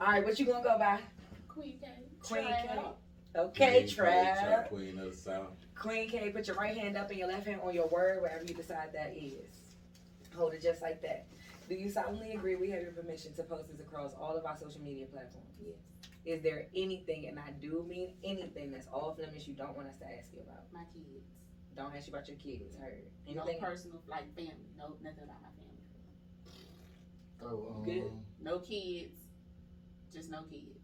All right, what you gonna go by? Queen K. Queen K. Trav. Okay, Queen K, Trav. Queen of the South. Queen K, put your right hand up and your left hand on your word, wherever you decide that is. Hold it just like that. Do you solemnly agree we have your permission to post this across all of our social media platforms? Yes. Is there anything, and I do mean anything, that's off limits you don't want us to ask you about? My kids. Don't ask you about your kids, heard? No Anything? personal, like family. No, nothing about my family. Oh, um, Good. No kids. Just no kids.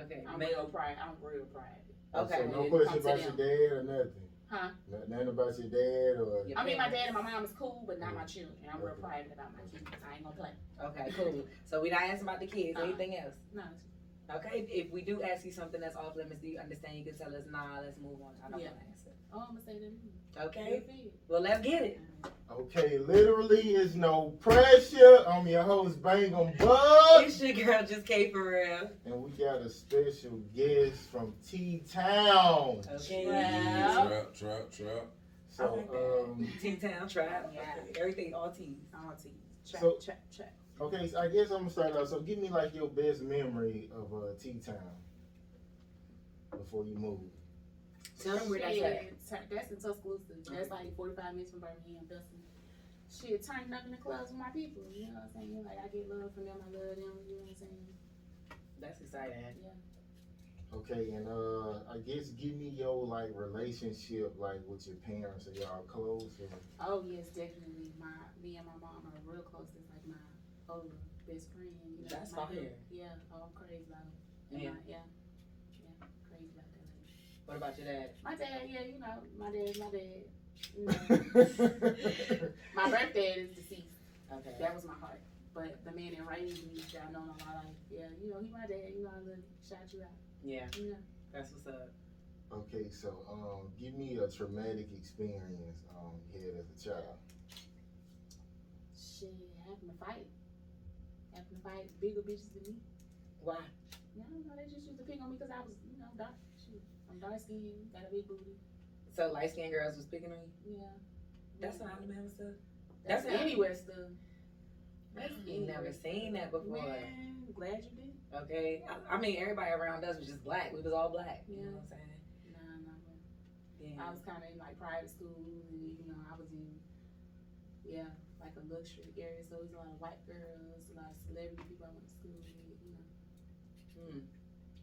Okay, I'm real male. private. I'm real private. Okay. So no It question comes about to your dad or nothing. Huh? Not- Nothing about your dad or Your I mean, my dad parents. and my mom is cool, but not my children. I'm real Okay. private about my kids. I ain't gonna play. Okay, cool. So we not asking about the kids. Uh-uh. Anything else? No. Okay, if, if we do ask you something that's off limits, do you understand? You can tell us, nah, let's move on. I don't Yeah. want to answer. Oh, I'm gonna say that. Okay, That's it. well let's get it. Okay, literally is no pressure. I'm your host, Bangum Bug. It's your girl, just K for real. And we got a special guest from T Town. Okay. Well. Trap, trap, trap. I like So that. um T Town tribe. Yeah. Okay. Everything all T's. All T. Trap, So- trap, trap. okay, so I guess I'm gonna start out. So give me like your best memory of uh T Town before you move. Tell them where that's at. Shit, tur- That's in Tuscaloosa. That's like 45 minutes from Birmingham, Dustin. Shit, turning up in the clubs with my people. You know what I'm saying? Like, I get love from them. I love them. You know what I'm saying? That's exciting. Okay, and uh I guess give me your like relationship like with your parents. Are y'all close or Oh, yes, definitely. My Me and my mom are real close. It's like my older best friend. You know, That's my fire. Yeah. Oh, I'm crazy about it. And Yeah. my- Yeah. Yeah. Crazy about that. What about your dad? My dad, yeah, you know, my dad's my dad. You know, my birth dad is deceased. Okay. That was my heart. But the man that raised me, that I've known all my life, yeah, you know, he my dad. You know, I love you. Shout you out. Yeah, You know, that's what's up. Okay, so um, give me a traumatic experience um, you had as a child. shit, having to fight, having to fight bigger bitches than me. Why? No, no, they just used to pick on me because I was, you know, dark. Shoot, I'm dark skinned, got a big booty. So light skinned girls was picking on you? Yeah, That's yeah. not Alabama stuff. That's, that's not- anywhere stuff. That's That's you never seen that before. Man, glad you did. Okay. I, I mean everybody around us was just black. We was all black. You know what Yeah. I'm saying? Nah, nah, nah. Yeah. I was kind of in like private schools, and you know, I was in, yeah, like a luxury area. So it was a lot of white girls, a lot of celebrity people I went to school with, you know. Mm.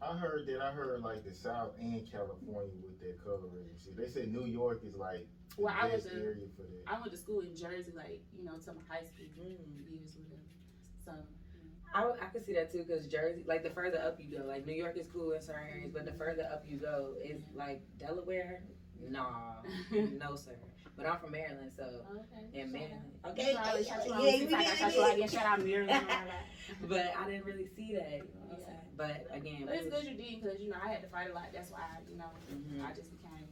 I heard that I heard like the South and California with their coverage. and shit. They say New York is like the Well, I was best a- area for that. I went to school in Jersey, like, you know, to my high school Mm. years, whatever. So, I, would- I could see that too because Jersey, like the further up you go, like New York is cool in certain areas, but the further up you go, it's like Delaware, nah, no sir. But I'm from Maryland, so okay. and Maryland, okay, Okay. Shout out, yeah, shout out, yeah, yeah, shout out, shout yeah, out, shout out, shout out, Maryland. all that. But I didn't really see that. You know what I'm Yeah. saying? But again, But it's we good was- you did because, you know, I had to fight a lot. That's why, you know, Mhm. I just became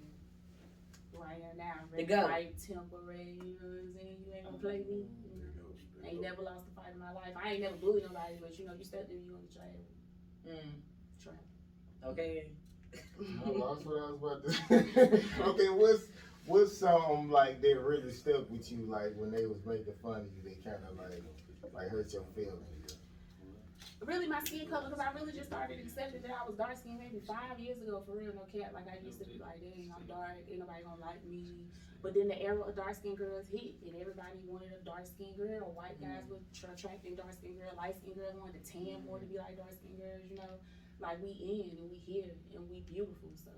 who I am now. The Ready goat. to fight temporary, you know what I'm saying? You ain't gonna play me. You Mm-hmm. know? I ain't never lost a fight in my life. I ain't never bullied nobody, but you know, you stuck there, you on the trail. Mm, Trail. okay. I lost what I was about to say. okay, what's what's something like that really stuck with you? Like when they was making fun of you, they kind of like like hurt your feelings. Really, my skin color, because I really just started accepting that I was dark skinned maybe five years ago, for real, no cap. Like, I used to be like, dang, I'm dark, ain't nobody gonna like me. But then the era of dark skinned girls hit, and everybody wanted a dark skinned girl. White guys were tra- attracting dark skinned girl, light skinned girls wanted to tan more to be like dark skinned girls, you know? Like, we in and we here and we beautiful, so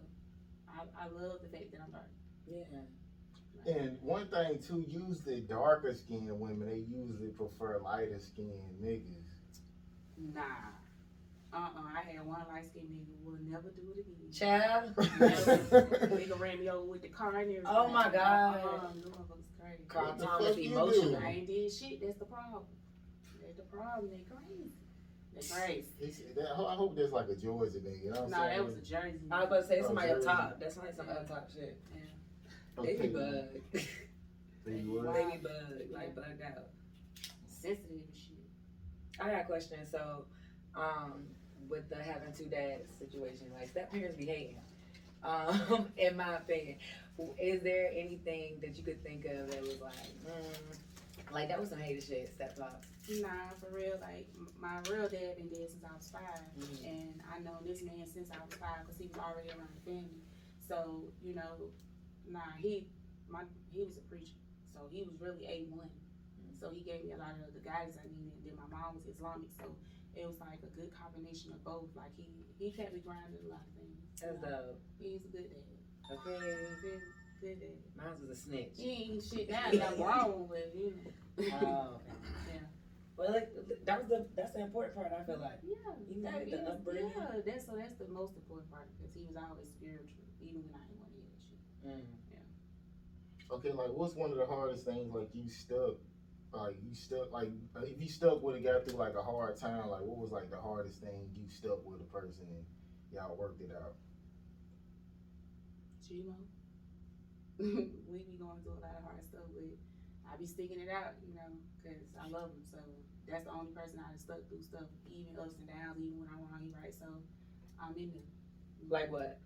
I, I love the fact that I'm dark. Yeah. And one thing too, usually darker skinned women they usually prefer lighter skinned niggas. Nah. Uh-uh, I had one light skinned nigga. We'll never do it again. Child, nigga ran me over with the car and everything. Oh, my God. Uh-uh, them motherfuckers crazy. Carl What the Thomas fuck you emotional. do? I ain't did shit. That's the problem. That's the problem. They crazy. They crazy. It's, that, I hope there's like a Georgia nigga. You know what Nah, I'm that was saying? a Jersey. I was about to say somebody up Jersey. top. That's like some up top shit. Yeah. Baby bug, Baby bug. baby bug, like bug out. sensitive and shit. I got a question. So, um, with the having two dads situation, like step parents be hating. Um, in my opinion, is there anything that you could think of that was like, mm, Like that was some hated shit, step pops. Nah, for real. Like m- my real dad been dead since I was 5 and I know this man since I was five because he was already around the family. So you know, nah, he my he was a preacher, so he was really a one. So he gave me a lot of the guidance I needed. And then my mom was Islamic, so it was like a good combination of both. Like he he kept me grounded in a lot of things. That's dope. He's a good dad. Okay, Good, good dad. mine was a snitch. He ain't shit down that wrong with you. Know. Oh, okay. Yeah. well, like, that was the that's the important part. I feel like. Yeah, You know, that the is- upbringing. Yeah, that's so that's the most important part because he was always spiritual, even when I didn't want to hear that shit. Mm. Okay, like what's one of the hardest things? Like you stuck, like you stuck, like if you stuck with a guy through like a hard time, like what was like the hardest thing you stuck with a person and y'all worked it out? Gmo. we be going through a lot of hard stuff, but I be sticking it out, you know, because I love him. So that's the only person I done stuck through stuff, even ups and downs, even when I'm wrong, he right. So I'm in there. Like what?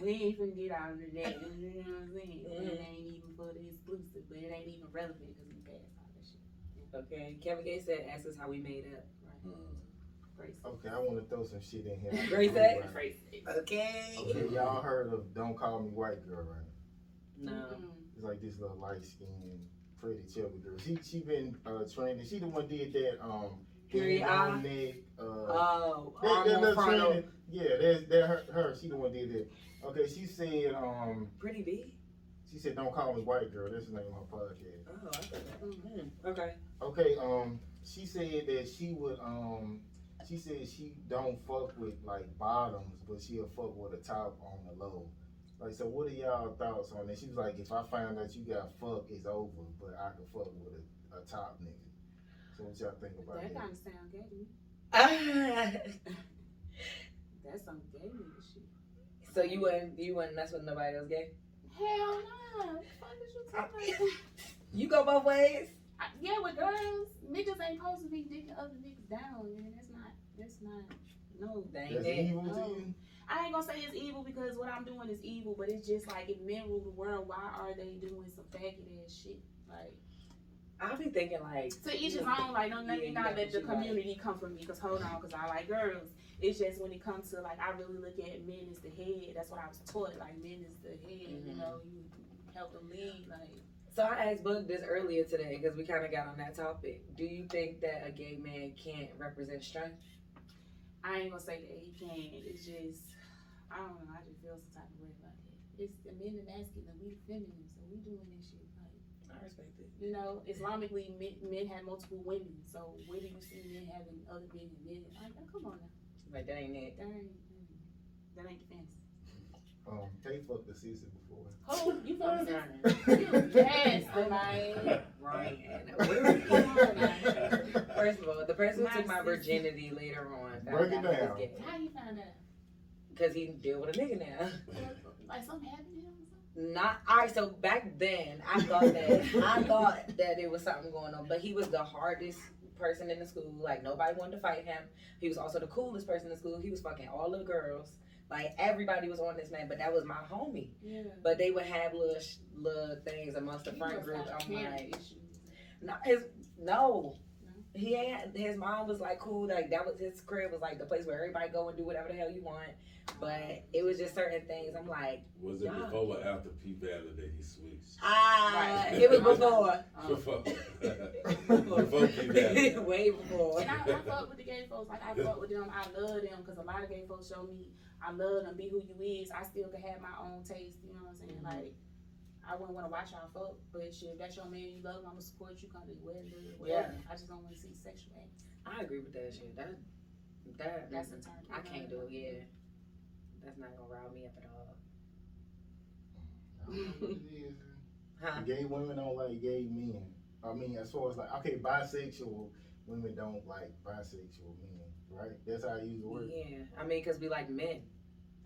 We ain't even get out of that. You know what I'm saying? It Mm-hmm. ain't even for the exclusive, but it ain't even relevant because we passed all that shit. Okay, Kevin Gates said, "Ask us how we made up." Right? Mm. Mm-hmm. Grace. Okay, I want to throw some shit in here. Grace X? Right. Grace. Okay. Okay, y'all heard of "Don't Call Me White Girl," right? No. Mm-mm. It's like this little light skinned, pretty chubby girl. She she been uh, training. She the one did that um Period. hand on neck. Uh, Oh, that, that, Arnold that Frontal. training. Yeah, that that her, her. She the one did that. Okay, she said um Pretty big. she said don't call me white girl. That's the name of her podcast. Oh, I thought that. Mm-hmm. Mm. Okay. Okay, um she said that she would um she said she don't fuck with like bottoms, but she'll fuck with a top on the low. Like so, what are y'all thoughts on that? She was like, if I find out you got fuck, it's over. But I can fuck with a, a top nigga. So what y'all think about That that? kind of sound gay to me. That's some gay nigga shit. so you wouldn't you wouldn't mess with nobody else gay? Hell no. What the fuck is you talking about? You go both ways. I- yeah, with girls, niggas ain't supposed to be dicking other niggas down, man. That's not, that's not, no. Dang That's it. evil Oh. to you. I ain't gonna say it's evil because what I'm doing is evil, but it's just like if men rule the world, why are they doing some faggot ass shit? Like, I'll be thinking like to each his own, like, don't let Yeah, me you not got let what the you like. community come from me, because hold on, because I like girls. It's just when it comes to, like, I really look at men as the head. That's what I was taught, like, men is the head, you Mhm. know, you help them lead, like. So I asked Book this earlier today because we kind of got on that topic. Do you think that a gay man can't represent strength? I ain't gonna say that he can't. It's just I don't know. I just feel some type of way about that. It's the men and masculine. We the feminine, so we doing this shit. Like I respect it. you know, Islamically, men, men have multiple women. So where do you see men having other men and men? Like, oh, come on now, Like that ain't it. that ain't that ain't the fantasy. Um, they fucked the sister before. Oh, you feel me? Ryan. Yes, like Ryan, where are you? First of all, the person who took my My sister. virginity later on Break it down. how you find out? because he deal with a nigga now. Like something happened to him or something? Not all right. So back then, I thought that I thought that it was something going on, but he was the hardest person in the school. Like nobody wanted to fight him. He was also the coolest person in the school. He was fucking all the girls. Like everybody was on this man, but that was my homie. Yeah. But they would have little sh- little things amongst the He front must group. have I'm parent like, issues. no, his no. No? He ain't. His mom was like cool. Like that was his crib was like the place where everybody go and do whatever the hell you want. But it was just certain things. I'm like, Was it before or after P Valley that he switched? ah, Right. it was before. Um, Before, before P Valley. Way before. And I, I fuck with the gay folks. Like I fuck with them. I love them because a lot of gay folks show me I love them. Be who you is. I still can have my own taste. You know what I'm Mm-hmm. saying? Like I wouldn't want to watch y'all fuck, but shit, if that's your man you love, him, I'ma support you. Come to the wedding, do it, whatever. I just don't want to see sexual acts. I agree with that shit. That that That's a turn. Mm-hmm. I can't do it. Yeah, that's not gonna rile me up at all. Huh? gay women don't like gay men. I mean, as far as like, okay, bisexual women don't like bisexual men, right? That's how I use the word. Yeah, I mean, cause we like men.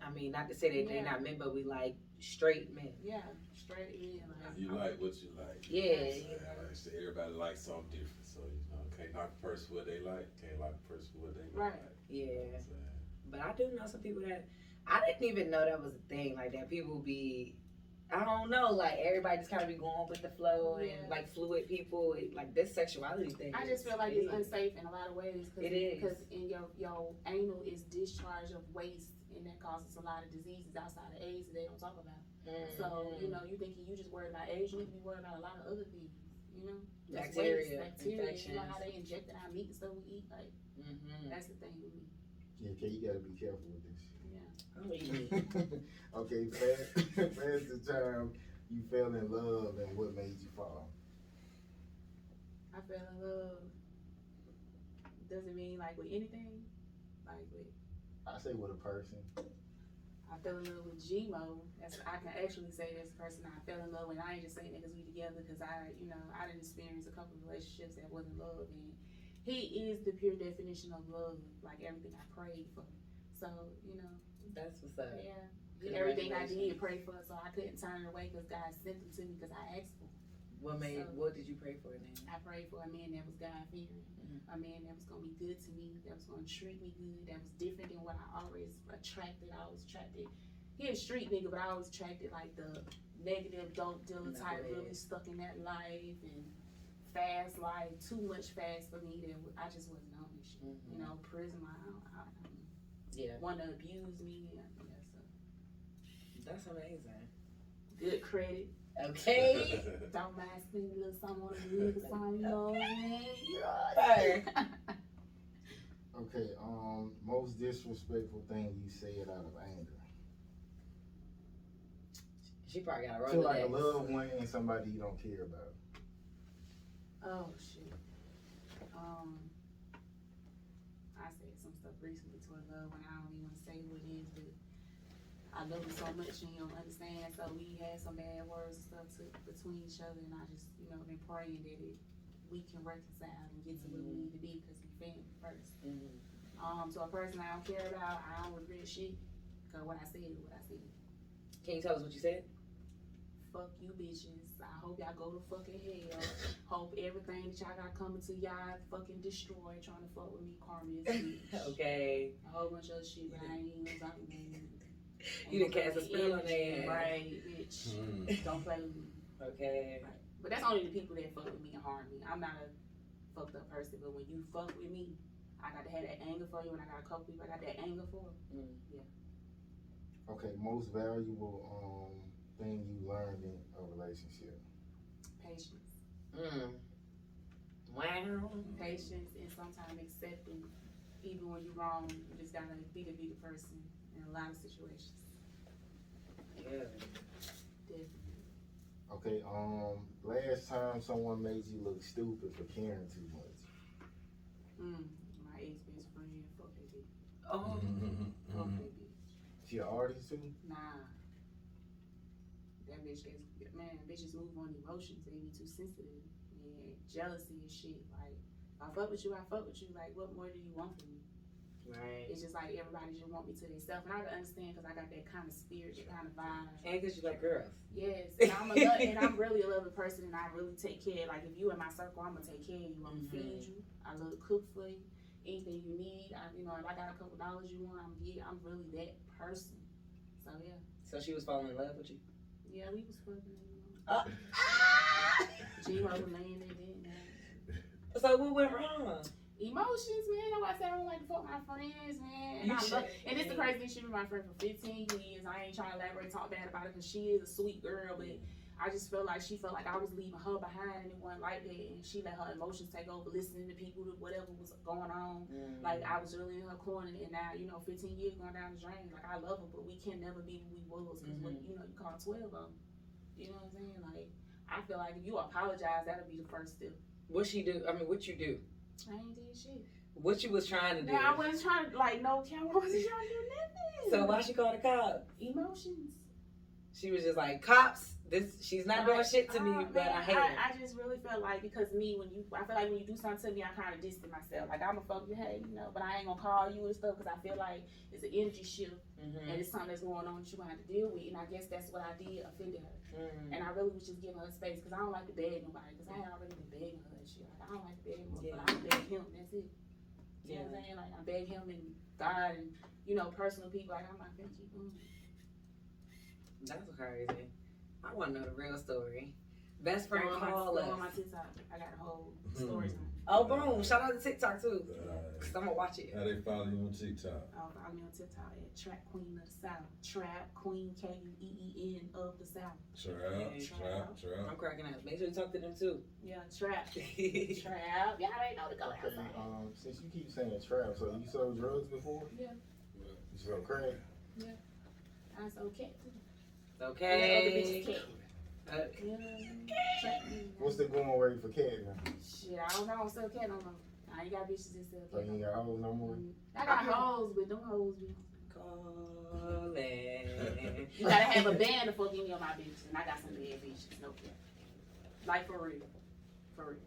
I mean, not to say that they Yeah. not men, but we like straight men. Yeah, straight in. Like, You like what you like. Yeah. Like I said, everybody likes something different, so you know, can't knock a person what they like, can't knock a person what they don't Right. like. You know what Yeah. I'm saying? But I do know some people that I didn't even know that was a thing. Like that people be I don't know, like everybody just kind of be going with the flow Yeah. and like fluid people, it, like this sexuality thing. I is- just feel like it it's is. unsafe in a lot of ways. Cause, It is. Because in your, your anal is discharge of waste, and that causes a lot of diseases outside of AIDS that they don't talk about. Mhm. So, you know, you thinking you just worried about AIDS, you need to be worried about a lot of other things, you know? That's waste, bacteria, Bacteria, you infections. know how they inject in our meat and stuff we eat, like, Mhm. that's the thing with me, Yeah, okay, you gotta be careful with this. yeah. Oh, yeah. okay, past, past the time you fell in love and what made you fall. I fell in love. Doesn't mean like with anything, like with I say with a person. I fell in love with Gmo. That's I can actually say that's the person I fell in love with. I ain't just saying that 'cause we together because I, you know, I didn't experience a couple of relationships that wasn't love, and he is the pure definition of love, like everything I prayed for. So you know, That's what's up. yeah, everything I did Congratulations. prayed for, so I couldn't turn it away because God sent them to me because I asked for. It. What made? So- what did you pray for then? I prayed for a man that was God fearing, a man that was gonna be good to me, that was gonna treat me good, that was different than what I always attracted. I always attracted. He a street nigga, but I always attracted like the negative dope dealer type, Knucklehead. really stuck in that life and fast life, too much fast for me. That I just wasn't on this shit. Mhm. You know, prison. I don't, I don't Yeah, want to abuse me. and I think that's that's a amazing. Good credit. Okay. Don't mind spending a little something on a nigga song, you know what I mean? Right. Okay, um, most disrespectful thing you said out of anger. she probably got a To like a roll loved one and somebody you don't care about. Oh shit. Um, I said some stuff recently to a love when I don't even want to say what it is, but I love you so much and you don't understand. So we had some bad words and stuff to, between each other, and I just you know been praying that it we can reconcile and get to where we need to be because we family first. Mm-hmm. Um, so a person I don't care about, I don't regret shit. Cause what I said, is what I said. Can you tell us what you said? Fuck you bitches. I hope y'all go to fucking hell. Hope everything that y'all got coming to y'all fucking destroy trying to fuck with me, karma is bitch. Okay. A whole bunch of other shit, but I ain't even talking You done cast a spell on their ass. Right, bitch. Hmm. Don't play with me. Okay. But that's only the people that fuck with me and harm me. I'm not a fucked up person, but when you fuck with me, I got to have that anger for you, and I got a couple people I got that anger for. Okay, most valuable um thing you learned in a relationship. Patience. Mm. Wow. Mm. patience and sometimes accepting, even when you're wrong, you just gotta be the bigger person in a lot of situations. Yeah. Definitely. Okay, um, last time someone made you look stupid for caring too much. Mm, my ex best friend, fuck that bitch. Oh. Mm-hmm, Fuck that bitch. She an artist too? Nah. That bitch gets, man, bitches move on emotions. They be too sensitive. Yeah, jealousy and shit. Like, if I fuck with you, I fuck with you. Like, what more do you want from me? Right. It's just like everybody just want me to themselves. And I can understand because I got that kind of spirit, that kind of vibe. And because you like girls. Yes, and I'm a lo- and I'm really a loving person, and I really take care. Like if you in my circle, I'm gonna take care of you. I'm gonna feed you. I love to cook for you. Anything you need, I, you know, if I got a couple dollars you want, I'm get. I'm really that person. So yeah, So she was falling in love with you. yeah, we was fucking. You know. Uh, G was laying there, didn't know. so what went wrong? Emotions, man. That's why I said I don't like to fuck my friends, man. And, You I love, should- and it's the crazy thing. She been my friend for 15 years. I ain't trying to elaborate, talk bad about it because she is a sweet girl, but I just felt like she felt like I was leaving her behind and it wasn't like that. And she let her emotions take over, listening to people, to whatever was going on. Like I was really in her corner, and now you know, 15 years going down the drain. Like I love her, but we can never be what we was because Mhm. you know you call 12 of them. You know what I'm saying? Like I feel like if you apologize, that'll be the first step. what she do? I mean, what you do? I ain't did shit. What you was trying to do? Now I wasn't trying to like no camera. I wasn't trying to do nothing. so why she called the cops? emotions? She was just like, cops. This she's not doing Like, shit to oh, me, but man, I hate her. I, I just really felt like because me, when you, I feel like when you do something to me, I kind of distance myself. Like I'm a fuck you, hey, you know, but I ain't gonna call you and stuff because I feel like it's an energy shift Mhm. and it's something that's going on that you gonna have to deal with. And I guess that's what I did, offended her, Mm. and I really was just giving her space because I don't like to beg nobody because I had already been begging her and shit. Like I don't like to beg him, Yeah. but I beg him. That's it. You know Yeah. what I'm saying? Like I beg him and God and you know personal people. Like I'm like, thank you. Mm. That's crazy. I want to know the real story. Best friend Go on my- call go us. on my TikTok. I got a whole story. Hmm. time. Oh, boom! Shout out to TikTok too, Alright. cause I'm gonna watch it. How they follow you on TikTok? Oh, follow me on TikTok at Trap Queen of the South. Trap Queen K U E E N of the South. Trap, Yeah. trap, I'm trap. cracking up. Make sure you talk to them too. Yeah, Trap. Trap. Y'all ain't know to go Okay, outside. um, since you keep saying trap, so you sold drugs before? Yeah. You sold crack? I so cat. too. okay. And the other bitch cat. Uh, Yeah. Trap Queen. What's the going rate for cat now? Shit, I don't know. I don't sell cat no more. I ain't got bitches that sell So cat. no you ain't more. got hoes no more? I got hoes, but them hoes be. Calling. You gotta have a band to fuck any of my bitches, and I got some bad bitches. No cap. Like for real. For real.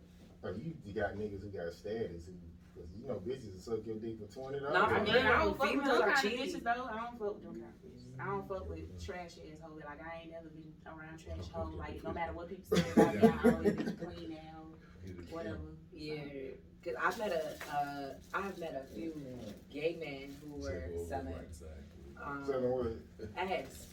Oh, you, you got niggas who got status, who, cause you know bitches will suck your dick for twenty dollars. Nah, I mean, I don't fuck with Females those are kind of cheating. bitches though. I don't fuck with them kind of bitches. I don't fuck with trash assholes. Like I ain't never been around trash hoes. Like no matter what people say about me, I always been clean out, Get it. whatever. Yeah, because I've met a, uh, I've met a few gay men who were Check over selling, right side. Selling um, what? ads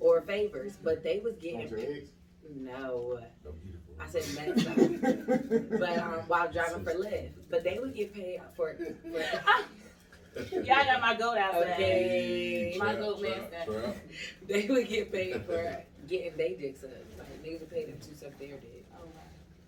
or favors, but they was On your getting, ex? no, No, beautiful. I said messed up. But, um, while driving for Lyft, but they would get paid for, for Y'all got my goat outside. Okay. My Trap, goat trap, mask. trap. they would get paid for getting their dick sucked. Like niggas would pay them to suck their dick. Oh, wow.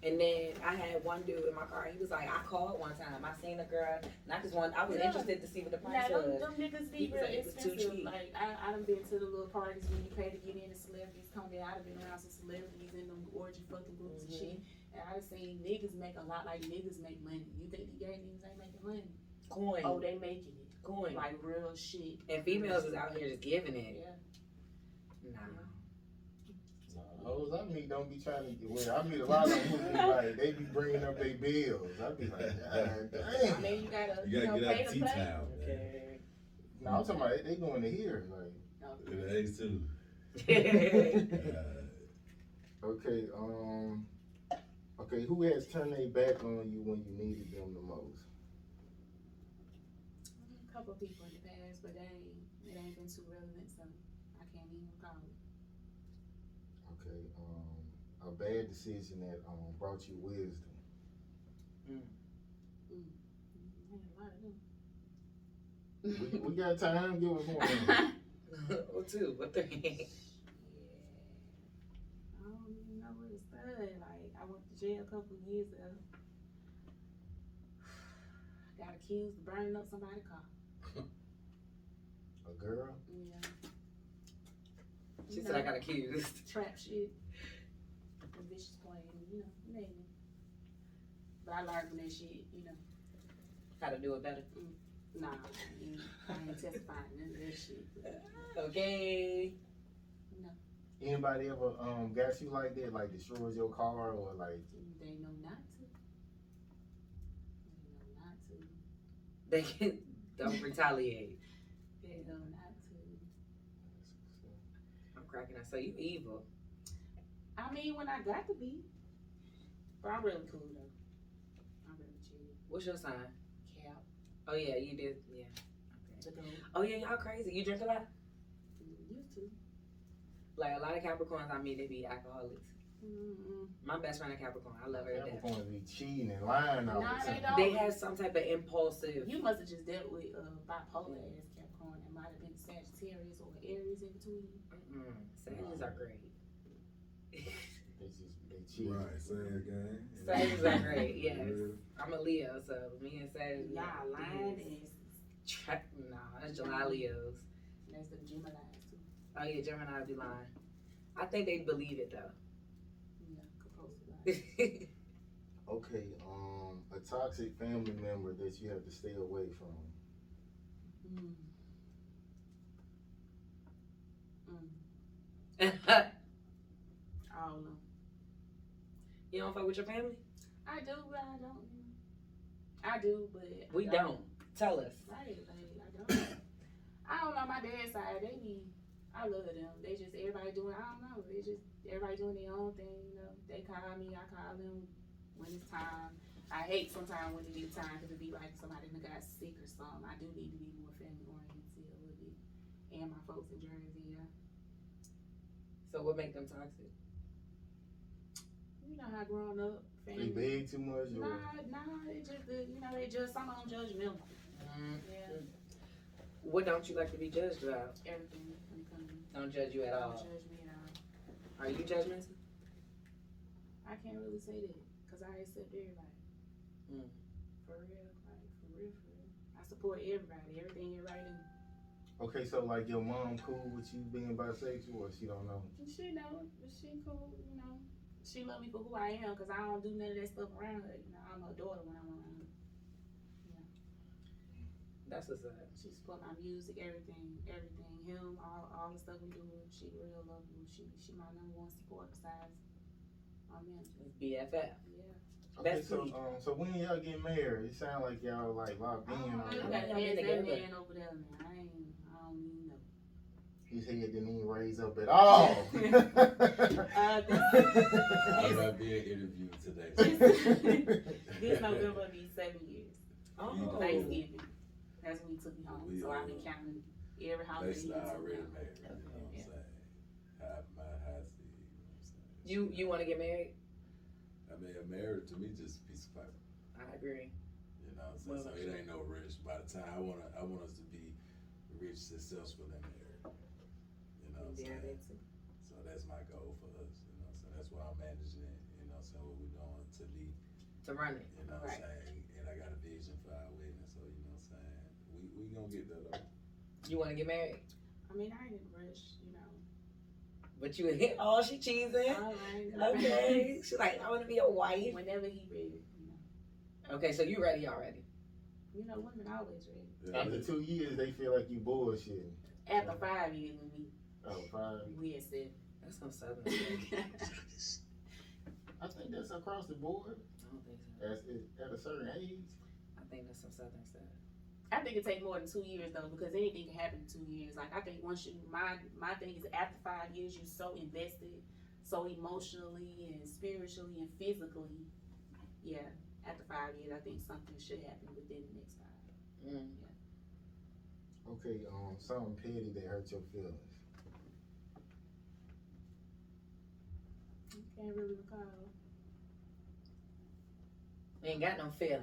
And then I had one dude in my car. He was like, I called one time. I seen a girl, and I just want. I was Yeah. interested to see what the Nah, price them, was. them niggas be He was real like, it was too expensive. cheap. Like I, I done been to the little parties when you pay to get in, and celebrities come in. I done been around some celebrities in them orgy fucking groups and shit. And I done seen niggas make a lot. Like niggas make money. You think the gay niggas ain't making money? Coin, Oh, they making it. coin. Like real shit. And females is out here just giving it. Yeah. Nah. Nah, Hoes I meet don't be trying to get well, I meet a lot of people who be like they be bringing up their bills. I be like, God I damn. mean, you gotta, You you gotta know, get pay out of to T play. town. Okay. No, I'm talking about they, they going to here. Like, Okay. The A's too. Uh, okay, um, okay, who has turned their back on you when you needed them the most? A couple people in the past, but they ain't, it ain't been too relevant, so I can't even call it. Okay, um, a bad decision that um brought you wisdom. Mm, I had a lot of them. We, we got time. Give us one. or two, or three. I don't even know where to start. Like, I went to jail a couple of years ago. Got accused of burning up somebody's car. A girl. Yeah. She You said I know, got accused. trap shit. The bitch is playing, you know, you name it. But I learned from that shit, you know. How to do it better. Nah, I ain't, I ain't testifying none of that shit. Okay. Anybody ever um got you like that? Like destroys your car or like They know not to. They know not to. They can, don't retaliate. They know not to. I'm cracking up. So you evil. I mean, when I got to be, but I'm really cool though. I'm really chill. What's your sign? Cap, Oh yeah, you did. Yeah. the goat, Oh yeah, y'all crazy. You drink a lot. Mm-hmm. used to. Like a lot of Capricorns I meet, they be alcoholics. Mm-mm. My best friend a Capricorn. I love her to Apple death. going to be cheating and lying all Nah, the they time? don't. They have some type of impulsive. You must have just dealt with uh, bipolar as Capricorn. It might have been Sagittarius or Aries in between. Mm-mm. Sages are great. They just they cheat. Right, say it again. Sages are great. Yes. Yeah. I'm a Leo, so me and Sag. we Y'all lying these is Tra- nah, that's July Leos. that's the Gemini's too. Oh yeah, Gemini be lying. I think they believe it Yeah, compulsive liar. though. Okay, um, a toxic family member that you have to stay away from. Mm. Mm. All of 'em. you don't fuck with your family? I do, but I don't. I do, but We I don't. Tell us. Right, like I don't. I don't know my dad's side. They be, I love them. They just everybody doing. I don't know. They just everybody doing their own thing. You know, they call me. I call them when it's time. I hate sometimes when it is time because it be like somebody who got sick or something. I do need to be more family oriented a little bit. And my folks in Jersey, yeah. So So what make them toxic? You know how grown up They family. beg too much. Nah, Or, nah, it just the- you know they just some of them judgmental. Yeah, Mm, What don't you like to be judged about? everything when it comes. to- Don't judge you at all. Don't judge me at all. Are you judgmental? I can't really say that because I accept everybody. Mm. For real, like for real, for real. I support everybody, everything everybody do. okay, so like your mom cool with you being bisexual, or she don't know. And She know, she cool, you know. She love me for who I am because I don't do none of that stuff around her. You know, I'm her daughter when I'm around her. That's what's up. She support my music, everything, everything. Him, all, all the stuff we do. She real love me. She, she my number one support besides my man. It's BFF. Yeah. Okay, That's so sweet. um, so when y'all get married, it sound like y'all like locked in on I don't know. got that. Y'all been that together? man over there, man. I ain't, I don't need no. His head didn't even raise up at all. Uh, I Yes. got being interviewed today. this November will be seven years. Oh. Thanksgiving. That's when he took me home. We, so I've been uh, counting every holiday. he Basically, took I me already home. married. You know what I'm Yeah. saying? High, my high C. You You know what I'm saying? you want to get married? I mean, a marriage to me just a piece of paper. I agree. You know what I'm saying? So it ain't no rich. By the time I want to, I want us to be rich, successful, and married. You know what I'm Yeah, saying? that's it. So that's my goal for us, you know, so that's why I'm managing it, you know, so what we're doing to lead, To run it. you know what Right. I'm saying? And I got a vision for our wedding, so you know what I'm saying? We we gonna get there though. You want to get married, I mean, I ain't in a rush, you know. but you hit all she cheesing. I ain't in Uh, a rush. Okay, she's like, I want to be a wife. Whenever he ready, you know. Okay, so you ready already? You know, women always ready. After Yeah, two years, they feel like you bullshitting. After five years, when we Oh, five. we had said. That's some southern. I shit. I think that's across the board. I don't think so. As it, at a certain age. I think that's some southern stuff. think it take more than two years though, because anything can happen in two years. Like I think once you my my thing is after five years, you're so invested, so emotionally and spiritually and physically. Yeah, after five years, I think something should happen within the next five. Mm. Okay, um, something petty that hurt your feelings. Can't really recall. Ain't got no feelings.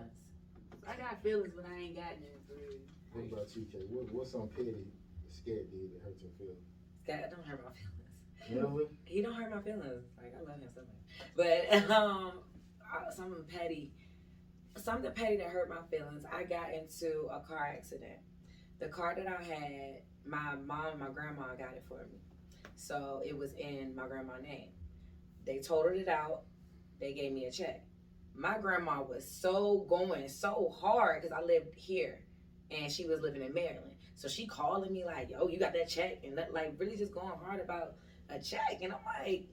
I got feelings, but I ain't got none for real. What about you, Kay? What, what's some petty scat did that hurt your feelings? God don't hurt my feelings. Never? He don't hurt my feelings. Like I love him so much. But um, I- something petty, something petty that hurt my feelings. I got into a car accident. The car that I had, my mom and my grandma got it for me, so it was in my grandma's name. They totaled it out. They gave me a check. My grandma was so going so hard because I lived here, and she was living in Maryland. So she calling me like, "Yo, you got that check?" and that, like really just going hard about a check and I'm like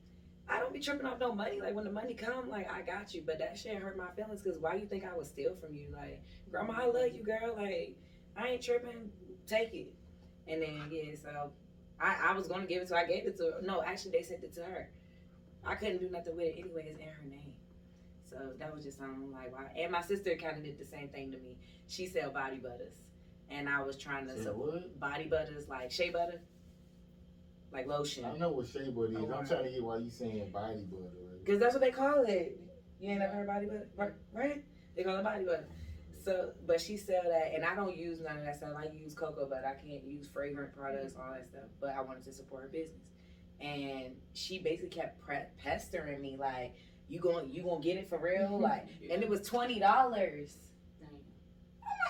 I don't be tripping off no money. Like when the money come, like I got you. But that shit hurt my feelings because why you think I would steal from you? Like, grandma, I love you, girl. Like, I ain't tripping. Take it. And then yeah, so I, I was gonna give it to her. I gave it to her. No, actually they sent it to her. I couldn't do nothing with it anyway, it's in her name. So that was just something like why and my sister kinda did the same thing to me. She sell body butters. And I was trying to Say sell what? body butters like shea butter. Like lotion. I know what shea butter is. Oh, I'm wow. trying to get why you saying body butter. Because that's what they call it. You ain't never heard body butter, right? right? They call it body butter. So, but she sell that, and I don't use none of that stuff. I use cocoa, but I can't use fragrant products, all that stuff. But I wanted to support her business, and she basically kept pre- pestering me like, "You going, you gonna get it for real?" Like, and it was twenty dollars. Damn.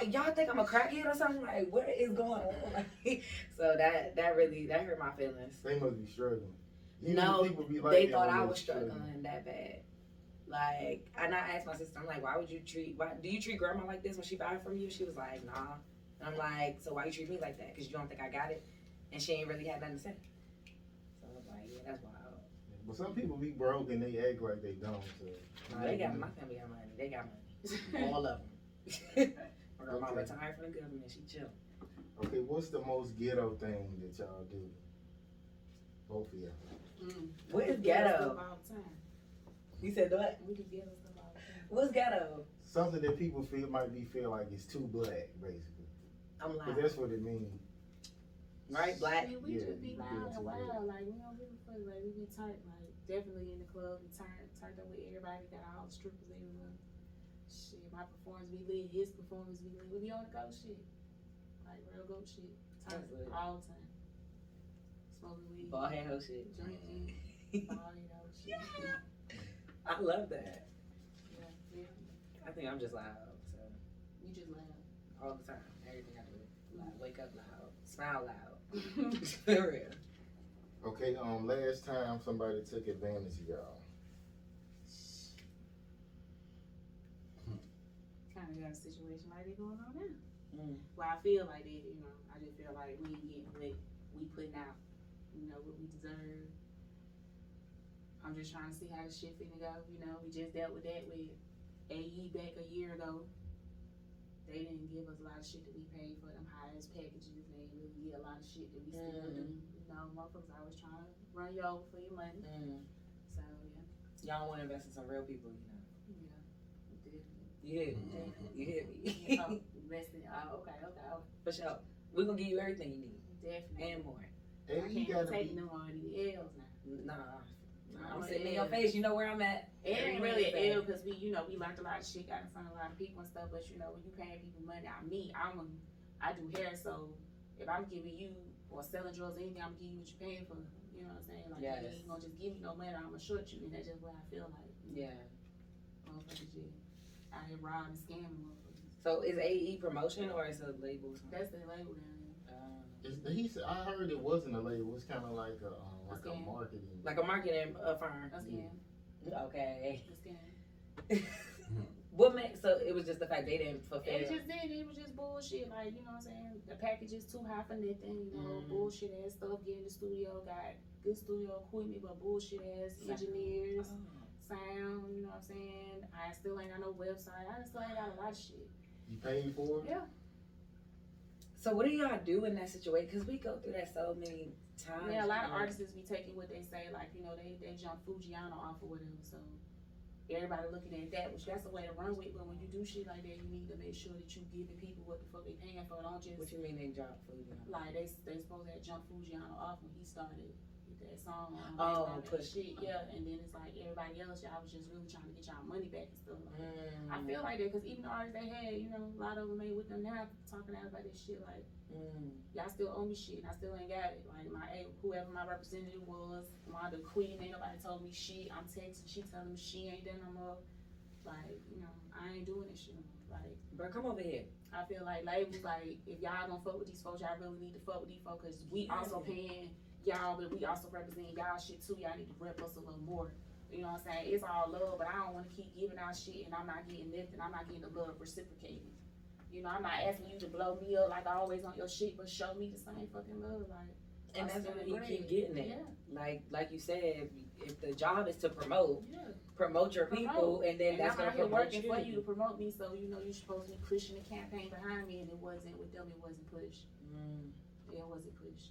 Like, y'all think I'm a crackhead or something? Like, what is going on? Like, so that that really that hurt my feelings. They must be struggling. No, people be like they that thought when I they was struggling that bad. Like, and I asked my sister, I'm like, why would you treat, why do you treat grandma like this when she buy it from you? She was like, nah. And I'm like, so why you treat me like that? Because you don't think I got it? And she ain't really had nothing to say. So I was like, yeah, that's wild. But some people be broke and they act like they don't. So. Nah, they got, my family got money. They got money. All of them. my grandma Okay. retired from the government. She chill. Okay, what's the most ghetto thing that y'all do? Both of y'all. Mm. What We is do ghetto? stuff all the time. You said what? We do ghetto stuff all the time. What's ghetto? Something that people feel might be feel like it's too black, basically. I'm Because like, that's what it means. right? Black. Yeah, we Yeah, just be we loud good and to it. wild, like we don't give a fuck, like we be tight, like definitely in the club, we turned turned up with everybody, got all the strippers everywhere. Shit, my performance be lit, his performance be lit, we be on the go shit, like real go shit, turn That's lit. all the time, smoking weed, Ball head hoe shit. drinking, all you know, shit. I love that. Yeah, yeah. I think I'm just loud, so You just laugh. all the time, everything I do, loud. wake up loud, smile loud, for real. Okay, um, last time somebody took advantage of y'all. kind of got a situation like that going on now. Mm. Well, I feel like that, you know, I just feel like we ain't getting what we putting out, you know, what we deserve. I'm just trying to see how the shit finna go, you know, we just dealt with that with AE back a year ago. They didn't give us a lot of shit that we paid for them highest packages, they didn't really get a lot of shit that we still do. You know, motherfuckers always trying to run you over for your money, Mm. so, yeah, Y'all want to invest in some real people, you know? yeah. we did. You hear me? Mm. You hear You know, me? investing, oh, okay, okay, okay, for sure. We're gonna give you everything you need definitely. and more. I And you can't gotta take be no more of these L's now. Nah, nah I'm Oh, sitting in yeah. your face. You know where I'm at. It ain't Everything really is an L because we, you know, we learned a lot of shit, got in front of a lot of people and stuff. But you know, when you paying people money, I me, I'm a, I do hair, so if I'm giving you or selling drugs, or anything, I'm giving you what you're paying for. You know what I'm saying? Like, you Yes. ain't gonna just give you no money, I'm gonna short you, and that's just what I feel like. Yeah. Motherfuckers just out here robbing, scamming motherfuckers. So is AE promotion or is it label? That's the label down there. Um, It's- he said, I heard it wasn't a label. It's kind of like a um, like a Okay. marketing. like a marketing uh, firm. A scam, Okay. a scam. What makes so it was just the fact they didn't fulfill. It just did. It was just bullshit. Like you know what I'm saying. The package is too high for nothing. You know, Mm. bullshit ass stuff. Get in the studio, got good studio equipment, but bullshit ass Sound. engineers, Oh. sound. You know what I'm saying. I still ain't got no website. I still ain't got a lot of shit. You paid for it? Yeah. So what do y'all do in that situation? Because we go through that so many times. Yeah, a lot of you know. artists be taking what they say, like, you know, they, they jump Fujiano off or whatever, so everybody looking at that, which that's the way to run with, but when you do shit like that, you need to make sure that you giving people what the fuck they paying for, don't just What you mean they drop food? you know? like they they supposed to have jumped Fujiano off when he started with that song. Oh, um, Bang Bang Bang push. shit, yeah. And then it's like everybody else, y'all was just really trying to get y'all money back and stuff. Like, Mm. I feel like that because even the artists they had, you know, a lot of them ain't with them now talking out about this shit. Like Mm. y'all still owe me shit, and I still ain't got it. Like my eh, whoever my representative was, my the queen, ain't nobody told me shit. I'm texting, she telling me she ain't done no more. Like you know, I ain't doing this shit. No more. Like. Bro, come over here. I feel like labels like if y'all gonna fuck with these folks, y'all really need to fuck with these folks because we also paying y'all, but we also representing y'all shit too. Y'all need to rep us a little more. You know what I'm saying? It's all love, but I don't want to keep giving out shit and I'm not getting nothing. I'm not getting the love reciprocated. You know, I'm not asking you to blow me up like always on your shit, but show me the same fucking love, like. And I'm that's still why you great. keep getting it. Yeah, Like like you said, if the job is to promote, yeah. promote your people, Promote. and then And that's I'm gonna out here promote working you. for you to promote me, so you know you're supposed to be pushing the campaign behind me, and it wasn't with them. It wasn't pushed. Mm. It wasn't pushed.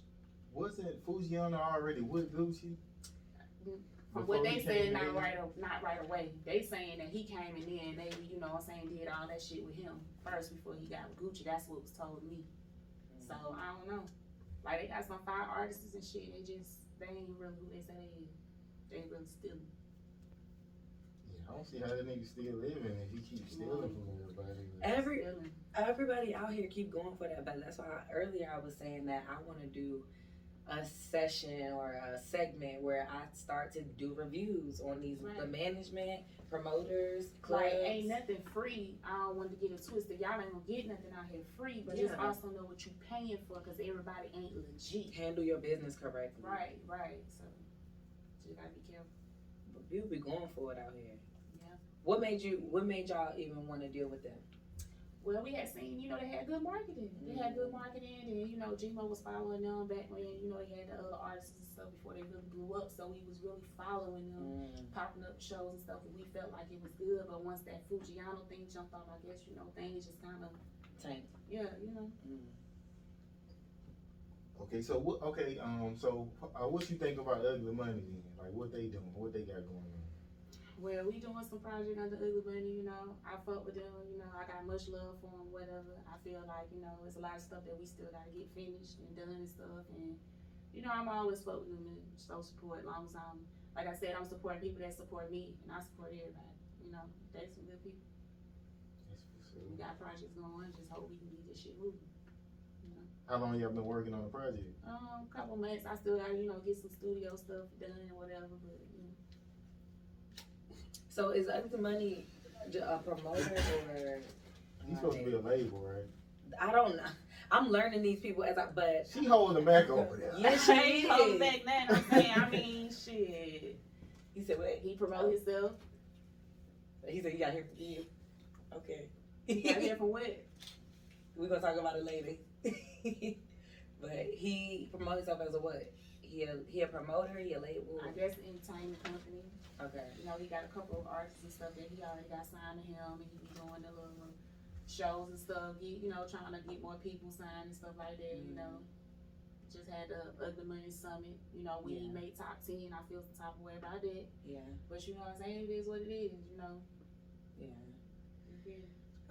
Wasn't Fujiano already with Gucci? From what Before they he said, came not in? right, not right away. They saying that he came in there and they, you know, what I'm saying did all that shit with him first before he got with Gucci. That's what was told me. So I don't know. Like they got some fine artists and shit. They just they ain't really who they say they is. They really still. Yeah, I don't see how that nigga still living if he keeps stealing from everybody. Every stealing. everybody out here keep going for that, but that's why I, earlier I was saying that I want to do a session or a segment where I start to do reviews on these the Right. management, promoters, clubs. Like ain't nothing free. I don't want to get it twisted. Y'all ain't gonna get nothing out here free, but just Yeah. also know what you paying for, cause everybody ain't legit. handle your business correctly. Right, right. So just gotta be careful. But People be going for it out here. Yeah. What made you? What made y'all even want to deal with them? Well, we had seen, you know, they had good marketing. They had good marketing, and you know, Gmo was following them back when you know they had the other artists and stuff before they really blew up. So we was really following them, popping up shows and stuff, and we felt like it was good. But once that Fujiano thing jumped off, I guess you know things just kind of Tank. yeah, you know. Okay, so what? Okay, um, so uh, what you think about Ugly Money then? Like what they doing? What they got going on? Well, we doing some project under Ugly Bunny, you know. I fuck with them, you know. I got much love for them, whatever. I feel like, you know, it's a lot of stuff that we still got to get finished and done and stuff. And, you know, I'm always fuck with them and so support as long as I'm, like I said, I'm supporting people that support me and I support everybody. You know, they some good people. We got projects going. Just hope we can get this shit moving. How long y'all been working on the project? Um, couple months. I still got, you know, get some studio stuff done and whatever, but, you know. So is Ugly Money j- a promoter or? You supposed to be a label, right? I don't know. I'm learning these people as I, but She holding back over there. Yeah, she I ain't holding is. back nothing. I'm saying, I mean, shit. he said, wait, He promote himself. he said, you got here from you. Okay. He got here from what? We're gonna talk about it later. but he promotes himself as a what? He a, he a promoter, he a label. I guess entertainment company. Okay. You know, he got a couple of artists and stuff that he already got signed to him, and he be doing the little shows and stuff. He, you know, trying to get more people signed and stuff like that. You know, just had the Ugly Money Summit. You know, Yeah. we made top ten. I feel some type of way about that, Yeah, but you know what I'm saying? It is what it is. You know. yeah.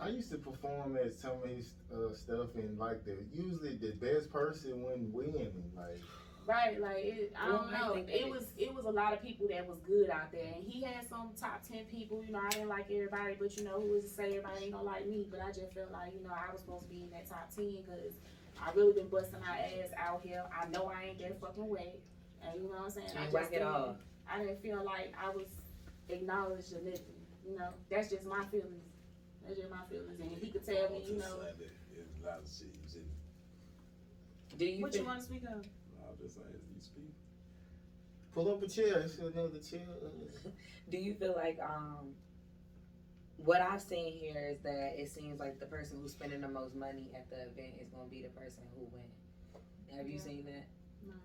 I used to perform at some of his uh, stuff, and like the usually the best person wouldn't win. Like Right, like it, I Well, don't I know. think It that- was it was a lot of people that was good out there, and he had some top ten people. You know, I didn't like everybody, but you know, who was to say everybody ain't gonna like me? But I just felt like you know I was supposed to be in that top ten because I really been busting my ass out here. I know I ain't that fucking wet, and you know what I'm saying. I And just whack it didn't- off. I didn't feel like I was acknowledged or nothing. You know, that's just my feelings. That's just my feelings, and he could tell me, you know, It's a lot of shit you didn't. Do you what you think, want to speak of. I'm just like, these people. pull up a chair, it's another chair. uh, do you feel like um what I've seen here is that it seems like the person who's spending the most money at the event is gonna be the person who wins. Have you Yeah. seen that? No.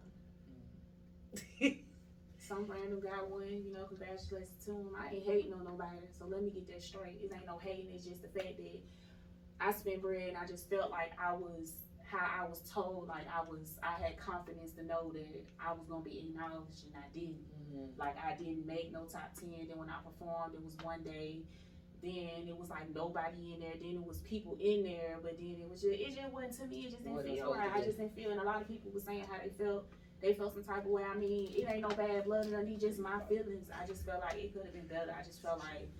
Some random guy won, you know, congratulations to him. I ain't hating on nobody, so let me get that straight. It ain't no hating, it's just the fact that I spent bread and I just felt like I was how I was told, like I was I had confidence to know that I was gonna be acknowledged and I didn't. Mhm. Like I didn't make no top ten. Then when I performed, it was one day. Then it was like nobody in there. Then it was people in there, but then it was just it just wasn't to me. It just didn't Wasn't feel supposed right. to I be. just didn't feel. And a lot of people were saying how they felt. They felt some type of way. I mean, it ain't no bad blood or nothing. It's just my feelings. I just felt like it could have been better. I just felt like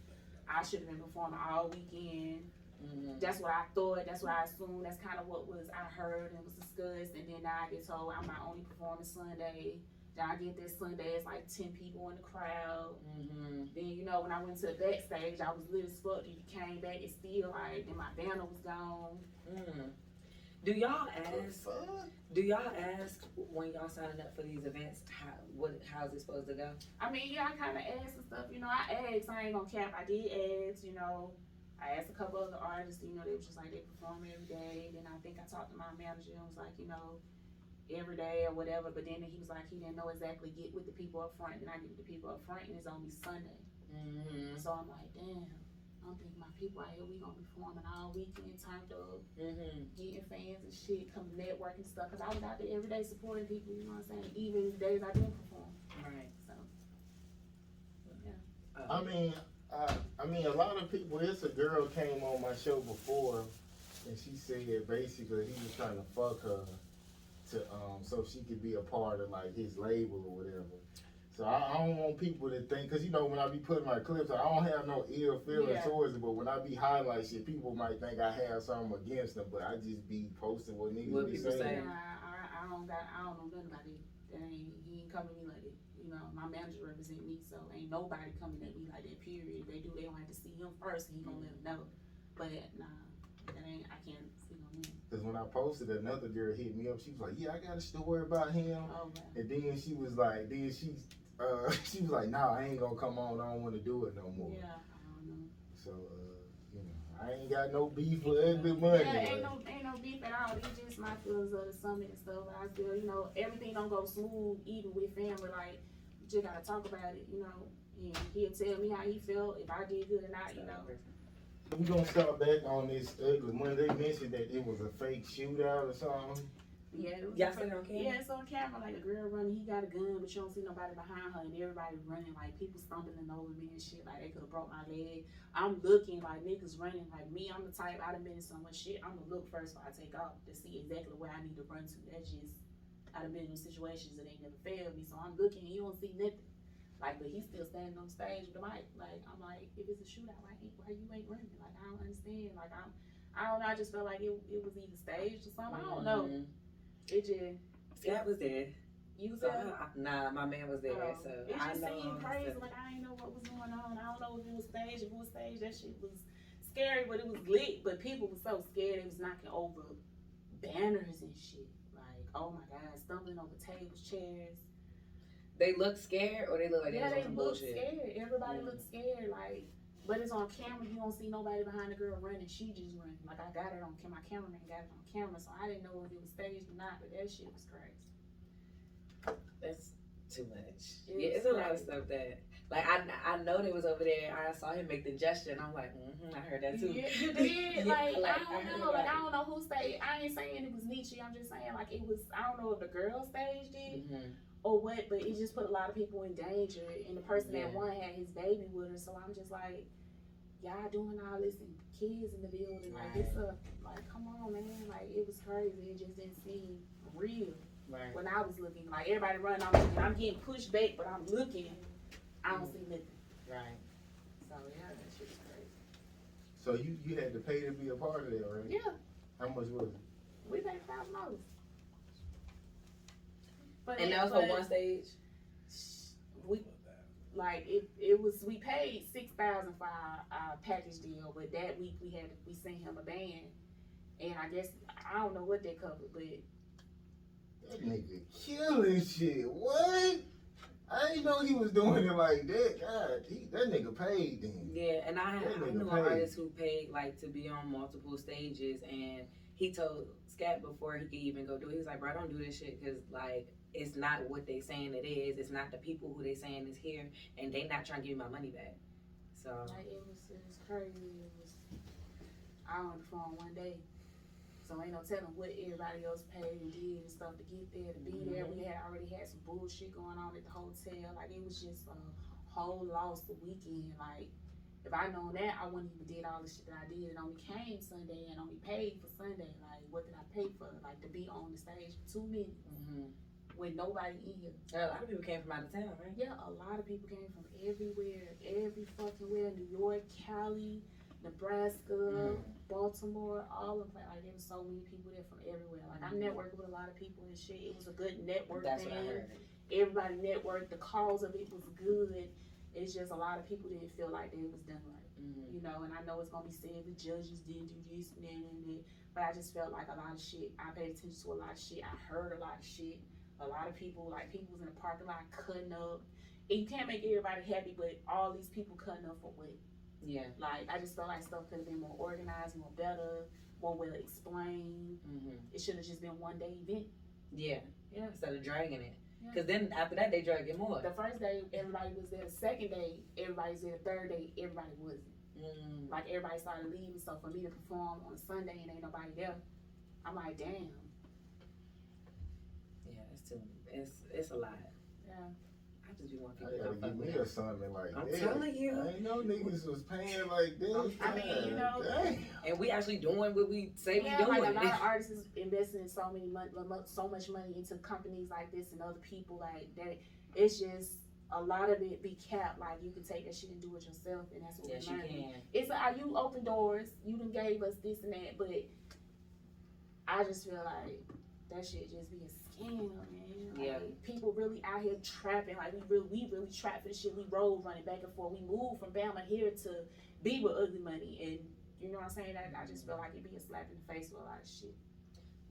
I should have been performing all weekend. Mhm. That's what I thought. That's what I assumed. That's kind of what was I heard and was discussed. And then now I get told I'm not only performing Sunday. Then I get this Sunday. It's like ten people in the crowd. Mhm. Then you know when I went to the backstage, I was lit as fuck. Then you came back, it's still like, and my banner was gone. Mm. Do y'all ask? Do y'all ask when y'all signing up for these events? How what? How's it supposed to go? I mean, yeah, I kind of asked and stuff. You know, I asked. I ain't gonna cap. I did ask. You know, I asked a couple other artists. You know, they was just like they perform every day. Then I think I talked to my manager and was like, you know, every day or whatever. But then he was like, he didn't know exactly get with the people up front. Then I get with the people up front, and it's only Sunday. Mhm. So I'm like, damn. I don't think my people out here. We gonna be performing all weekend, turned up. Mhm. getting fans and shit, come networking stuff. Cause I was out there every day supporting people. You know what I'm saying? Even the days I didn't perform. Right. Oh. So I mean, I, I mean, a lot of people. It's a girl came on my show before, and she said basically he was trying to fuck her to um so she could be a part of like his label or whatever. So I, I don't want people to think, cause you know when I be putting my clips, I don't have no ill feeling Yeah. towards it. But when I be highlight shit, people might think I have something against them, but I just be posting what niggas What be people say. saying. yeah, I, I, I don't got I don't know nothing about it. That ain't he ain't coming to me like that. You know, my manager represent me, so ain't nobody coming at me like that. Period. If they do, they want to see him first. And he gonna let 'em know. But nah, that ain't I can't see no him. Cause when I posted, another girl hit me up. She was like, "Yeah, I got a story about him." Oh well. And then she was like, then she, uh, she was like, nah, I ain't gonna come on. I don't want to do it no more. Yeah, I don't know. So, uh, you know, I ain't got no beef with ugly money. Yeah, ain't no, ain't no beef at all. It's just my feelings of the summit and stuff. I feel, you know, everything don't go smooth even with family. Like, you just gotta talk about it, you know. And he'll tell me how he felt, if I did good or not, you know. mm-hmm. we gonna start back on this ugly money. They mentioned that it was a fake shootout or something. Yeah, it was Y'all still on camera? Yeah, it's on camera. Like a girl running, he got a gun, but you don't see nobody behind her, and everybody running. Like people stumbling over me and shit. Like they could have broke my leg. I'm looking like niggas running. Like me, I'm the type. I done been in so much shit. I'm gonna look first before I take off to see exactly where I need to run to. That's just I done been in situations that ain't never failed me. So I'm looking, and you don't see nothing. Like, but he's still standing on stage with the mic. Like I'm like, if it's a shootout, why ain't why you ain't running? Like I don't understand. Like I'm. I don't know. I just felt like it, it was either staged or something. I don't know. Mhm. It just Scott was there. you was So, at I- nah, my man was there. Um, so it I just know. seemed crazy. Like I didn't know what was going on. I don't know if it was staged. If it was staged, that shit was scary, but it was lit. But people were so scared. It was knocking over banners and shit. Like oh my god, stumbling over tables, chairs. They looked scared, or they looked like yeah, they they was on looked bullshit. scared. Everybody Mm. looked scared. Like. But it's on camera. You don't see nobody behind the girl running. She just running. Like I got it on camera. My cameraman got it on camera, so I didn't know if it was staged or not. But that shit was crazy. That's too much. It yeah, was it's a lot of crazy. stuff that, like, I I know they was over there. I saw him make the gesture, and I'm like, mm-hmm, I heard that too. Yeah, you did. Yeah, Like, like, I I don't know. Like heard I don't know who staged. I ain't saying it was Nietzsche. I'm just saying like it was. I don't know if the girl staged it Mhm. or what, but it just put a lot of people in danger. And the person Yeah. that won had his baby with her, so I'm just like, y'all doing all this and kids in the building. Like it's a like come on man. Like it was crazy. It just didn't seem real Right. when I was looking. Like everybody running. I'm looking. I'm getting pushed back, but I'm looking. I Mm. don't see nothing. Right. So yeah, that shit was crazy. So you, you had to pay to be a part of that, right? Yeah. How much was it? We paid five dollars. But And it- that was on but one stage. We like it. It was we paid six thousand for our, our package deal, but that week we had we sent him a band, and I guess I don't know what they covered, but That nigga killing shit. What? I didn't know he was doing it like that. God, he, that nigga paid then. Yeah, and I, That I nigga knew an paid. artist who paid like to be on multiple stages, and he told Scat before he could even go do it, he was like, "Bro, don't do this shit because like it's not what they saying it is. It's not the people who they saying is here, and they not trying to give me my money back." So like it was it was crazy. It was I on the phone one day, so ain't no telling what everybody else paid and did and stuff to get there to be there. We had already had some bullshit going on at the hotel. Like it was just a whole lost weekend. Like if I known that, I wouldn't even did all the shit that I did. It only came Sunday and only paid for Sunday. Like what did I pay for? Like to be on the stage for two minutes mhm. with nobody in here. a lot of people came from out of town, right? Yeah, a lot of people came from everywhere, every fucking where, New York, Cali, Nebraska, Mm-hmm. Baltimore, all of that. Like there was so many people there from everywhere. Like I'm networking with a lot of people and shit. It was a good network That's thing. what I heard. Everybody networked. The cause of it was good. It's just a lot of people didn't feel like they was done right Mhm. you know, and I know it's gonna be said the judges didn't do this and that and that, but I just felt like a lot of shit. I paid attention to a lot of shit. I heard a lot of shit. A lot of people, like people was in the parking lot cutting up. And you can't make everybody happy, but all these people cutting up for what? Yeah. Like I just felt like stuff could have been more organized, more better, more well explained. hmm It should have just been one day event. Yeah. Yeah. Instead of dragging it, Yeah. because then after that they drag it more. The first day everybody was there. The second day everybody was there. The third day everybody wasn't. Mm. like everybody started leaving. So for me to perform on Sunday and ain't nobody there, I'm like, damn. Yeah, it's too. It's it's a lot. Yeah. I just be wanting I people to gotta give fuck me with a something like I'm that. telling you. I ain't know niggas was paying like this. I mean, you God know, damn. and we actually doing what we say yeah, we doing. like a lot of artists is investing so many mon- lo- mo- so much money into companies like this and other people like that. It's just a lot of it be capped. Like you can take that shit and do it yourself, and that's what yes, we're you learning. can. it's a, are you open doors? You done gave us this and that, but I just feel like that shit just be a scam, man. Like, Yeah. People really out here trapping. Like we really, we really trap for the shit. We roll running back and forth. We move from Bama here to be with ugly money, and you know what I'm saying. I, I just feel like it be a slap in the face with a lot of shit.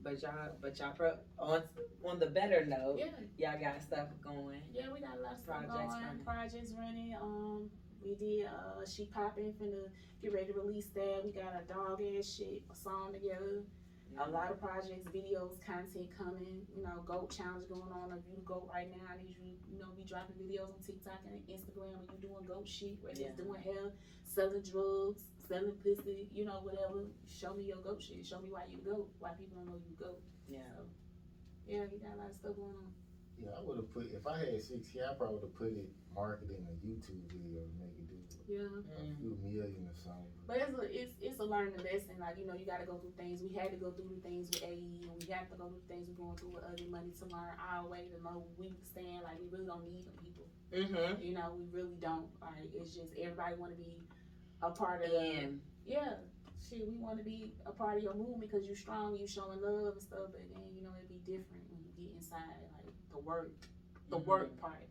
But y'all, but y'all pro, on on the better note, Yeah, y'all got stuff going. yeah, we got a lot of stuff Oh. Projects going. running. Projects running. Um, we did. Uh, she popping finna get ready to release that. We got a dog ass shit song together. a lot of projects, videos, content coming. You know, goat challenge going on. If you goat right now, I need you, you know, be dropping videos on TikTok and Instagram, and you doing goat shit, whether Yeah. it's doing hair, selling drugs, selling pussy, you know, whatever. Show me your goat shit. Show me why you goat. Why people don't know you goat. Yeah, So Yeah, he got a lot of stuff going on. Yeah, I would have put if I had six here, I probably would have put it marketing a YouTube video to make it do Yeah. Mm-hmm. a few million or something. But it's a it's it's a learning lesson. Like you know, you got to go through things. We had to go through the things with AE, and we have to go through the things we're going through with other money to learn our way to know we stand. Like we really don't need them people. Mm-hmm. You know, we really don't. Like it's just everybody want to be a part of. And Yeah, shit, we want to be a part of your movement because you strong, you showing love and stuff. But then you know it'd be different when you get inside like the work, the Mm-hmm. work part.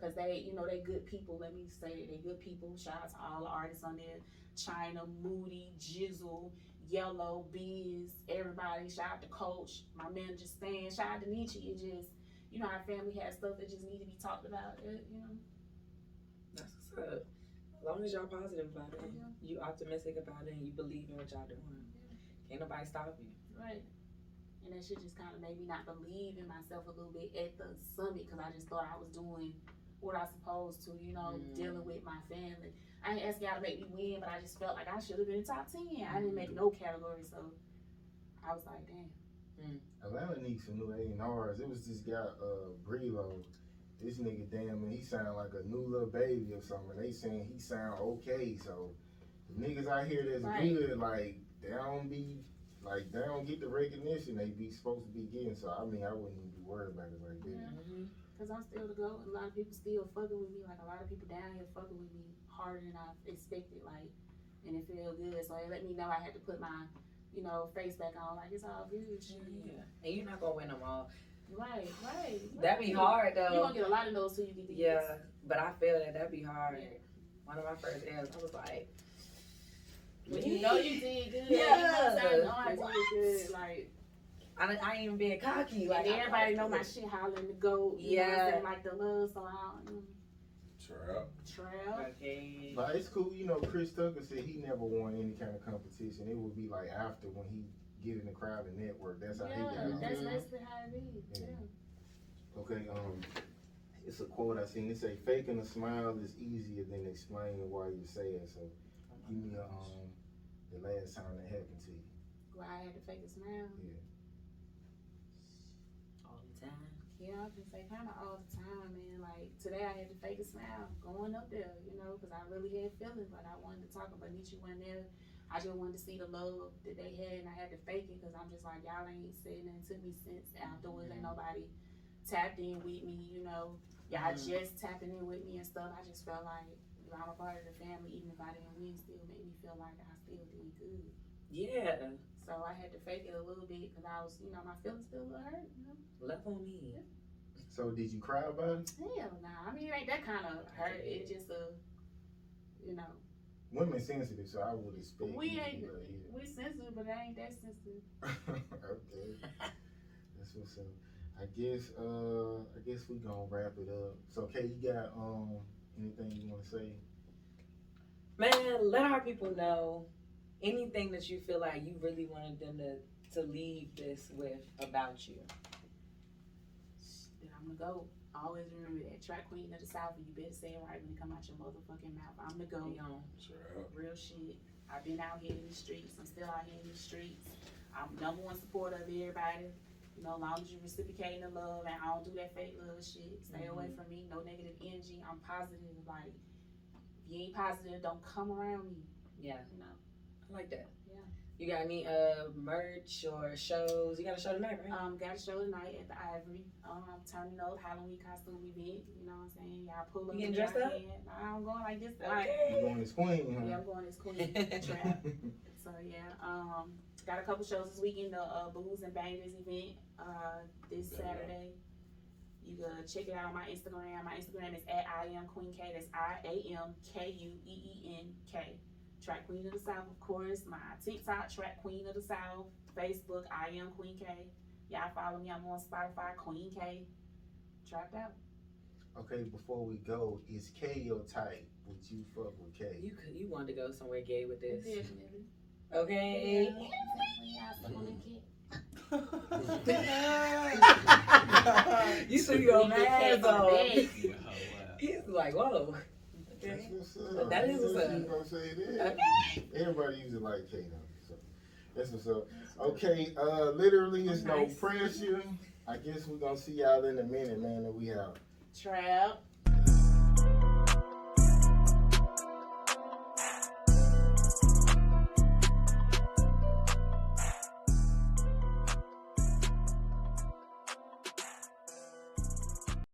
Cause they, you know, they good people. Let me say it, they good people. Shout out to all the artists on there: China, Moody, Jizzle, Yellow, Biz, everybody. Shout out to Coach, my manager Stan. Shout out to Nietzsche. It just, you know, our family has stuff that just need to be talked about. uh, You know, that's what's up. As long as y'all positive about it, you optimistic about it, and you believe in what y'all doing, can't nobody stop you. Right. And that shit just kind of made me not believe in myself a little bit at the summit because I just thought I was doing what I supposed to, you know, Mm. dealing with my family. I ain't asking y'all to make me win, but I just felt like I should have been top 10. I didn't make no category, so I was like, damn. Atlanta needs some new A and R's. It was this guy, uh, Brelo. This nigga, damn man, he sound like a new little baby or something. They saying he sound okay, so the niggas out here that's Right. good, like they don't be, like they don't get the recognition they be supposed to be getting. So I mean, I wouldn't even be worried about it like Mm-hmm. that. Mm-hmm. Because I'm still the GOAT, and a lot of people still fucking with me. Like, a lot of people down here fucking with me harder than I expected, like, and it feel good. So it let me know I had to put my, you know, face back on. Like, it's all good. shit. Yeah. And you're not gonna win them all. Right, right. That'd be right. hard You're though. gonna get a lot of those till you get these. Yeah, but I feel that that'd be hard. Yeah. One of my first L's, I was like, When you know you did good, Yeah. you know I know I What? did good. Like, I, didn't- I ain't even being cocky. Like and everybody I- know my shit hollering the goat. You know what Yeah. I'm saying? Like the love song, I don't know, Trap. trail. Okay. But it's cool, you know. Chris Tucker said he never won any kind of competition. It would be like after when he get in the crowd and network. That's how he got Yeah, on. that's basically how it is. Yeah. Yeah. Okay, um, it's a quote I seen. It say, "Faking a smile is easier than explaining why you're sad." So, give me a, um, the last time that happened to you. Why I had to fake a smile. All the time. Yeah, I've been fake kind of all the time, man. Like today, I had to fake a smile going up there, you know, because I really had feelings. Like I wanted to talk about Nietzsche went there. I just wanted to see the love that they had, and I had to fake it because I'm just like, y'all ain't said nothing to me since afterwards. Ain't nobody tapped in with me, you know. Y'all Mhm. just tapping in with me and stuff. I just felt like you know, I'm a part of the family, even if I didn't win, still made me feel like I still did good. Yeah. So I had to fake it a little bit because I was, you know, my feelings still a little hurt, you know. Love on me. So, did you cry about it? Hell nah. I mean, it ain't that kind of hurt. It's just a, you know, Women sensitive, so I would expect. you we to ain't be like, yeah. we sensitive, but I ain't that sensitive. okay, that's what's up. I guess, uh, I guess we gonna wrap it up. So, Kay, you got um anything you want to say? Man, let our people know anything that you feel like you really wanted them to, to leave this with about you. Then I'm gonna go. Always remember that track queen of the south, and you better say it right when it come out your motherfucking mouth. I'm the go. You know, Trap. Real shit. I've been out here in the streets. I'm still out here in the streets. I'm number one supporter of everybody. You know, as long as you reciprocating the love and I don't do that fake love shit. Stay away from me. No negative energy. I'm positive. Like, if you ain't positive, don't come around me. yeah, You know. I like that. Yeah. You got any uh merch or shows? You got a show tonight, right? Um, got a show tonight at the Ivory. Um, I'm turning up Halloween costume event. You know what I'm saying? Y'all pull up. You getting if y'all dressed up? can. Nah, I'm going like this. Um, Like, You Okay. going to Queen, yeah, huh? I'm going as queen. Trap. So yeah, um, got a couple shows this weekend. The uh, Booze and Bangers event uh, this Yeah. Saturday. You can check it out on my Instagram. My Instagram is at I am Queen K. That's I A M K U E E N K. Track Queen of the South, of course. My TikTok, Track Queen of the South. Facebook, I am Queen K. Y'all follow me. I'm on Spotify, Queen K. Trapped out. Okay, before we go, is K your type? Would you fuck with K? You could, you wanted to go somewhere gay with this. Definitely. Okay. you see your man's on. Wow, wow. He's like, whoa. That's what's But up. that is That's what's what up. you gonna say there. Okay. Everybody uses like K now. So. That's what's up. Okay, uh, literally, it's no Nice. pressure. I guess we're gonna see y'all in a minute, man. And we out. Trap.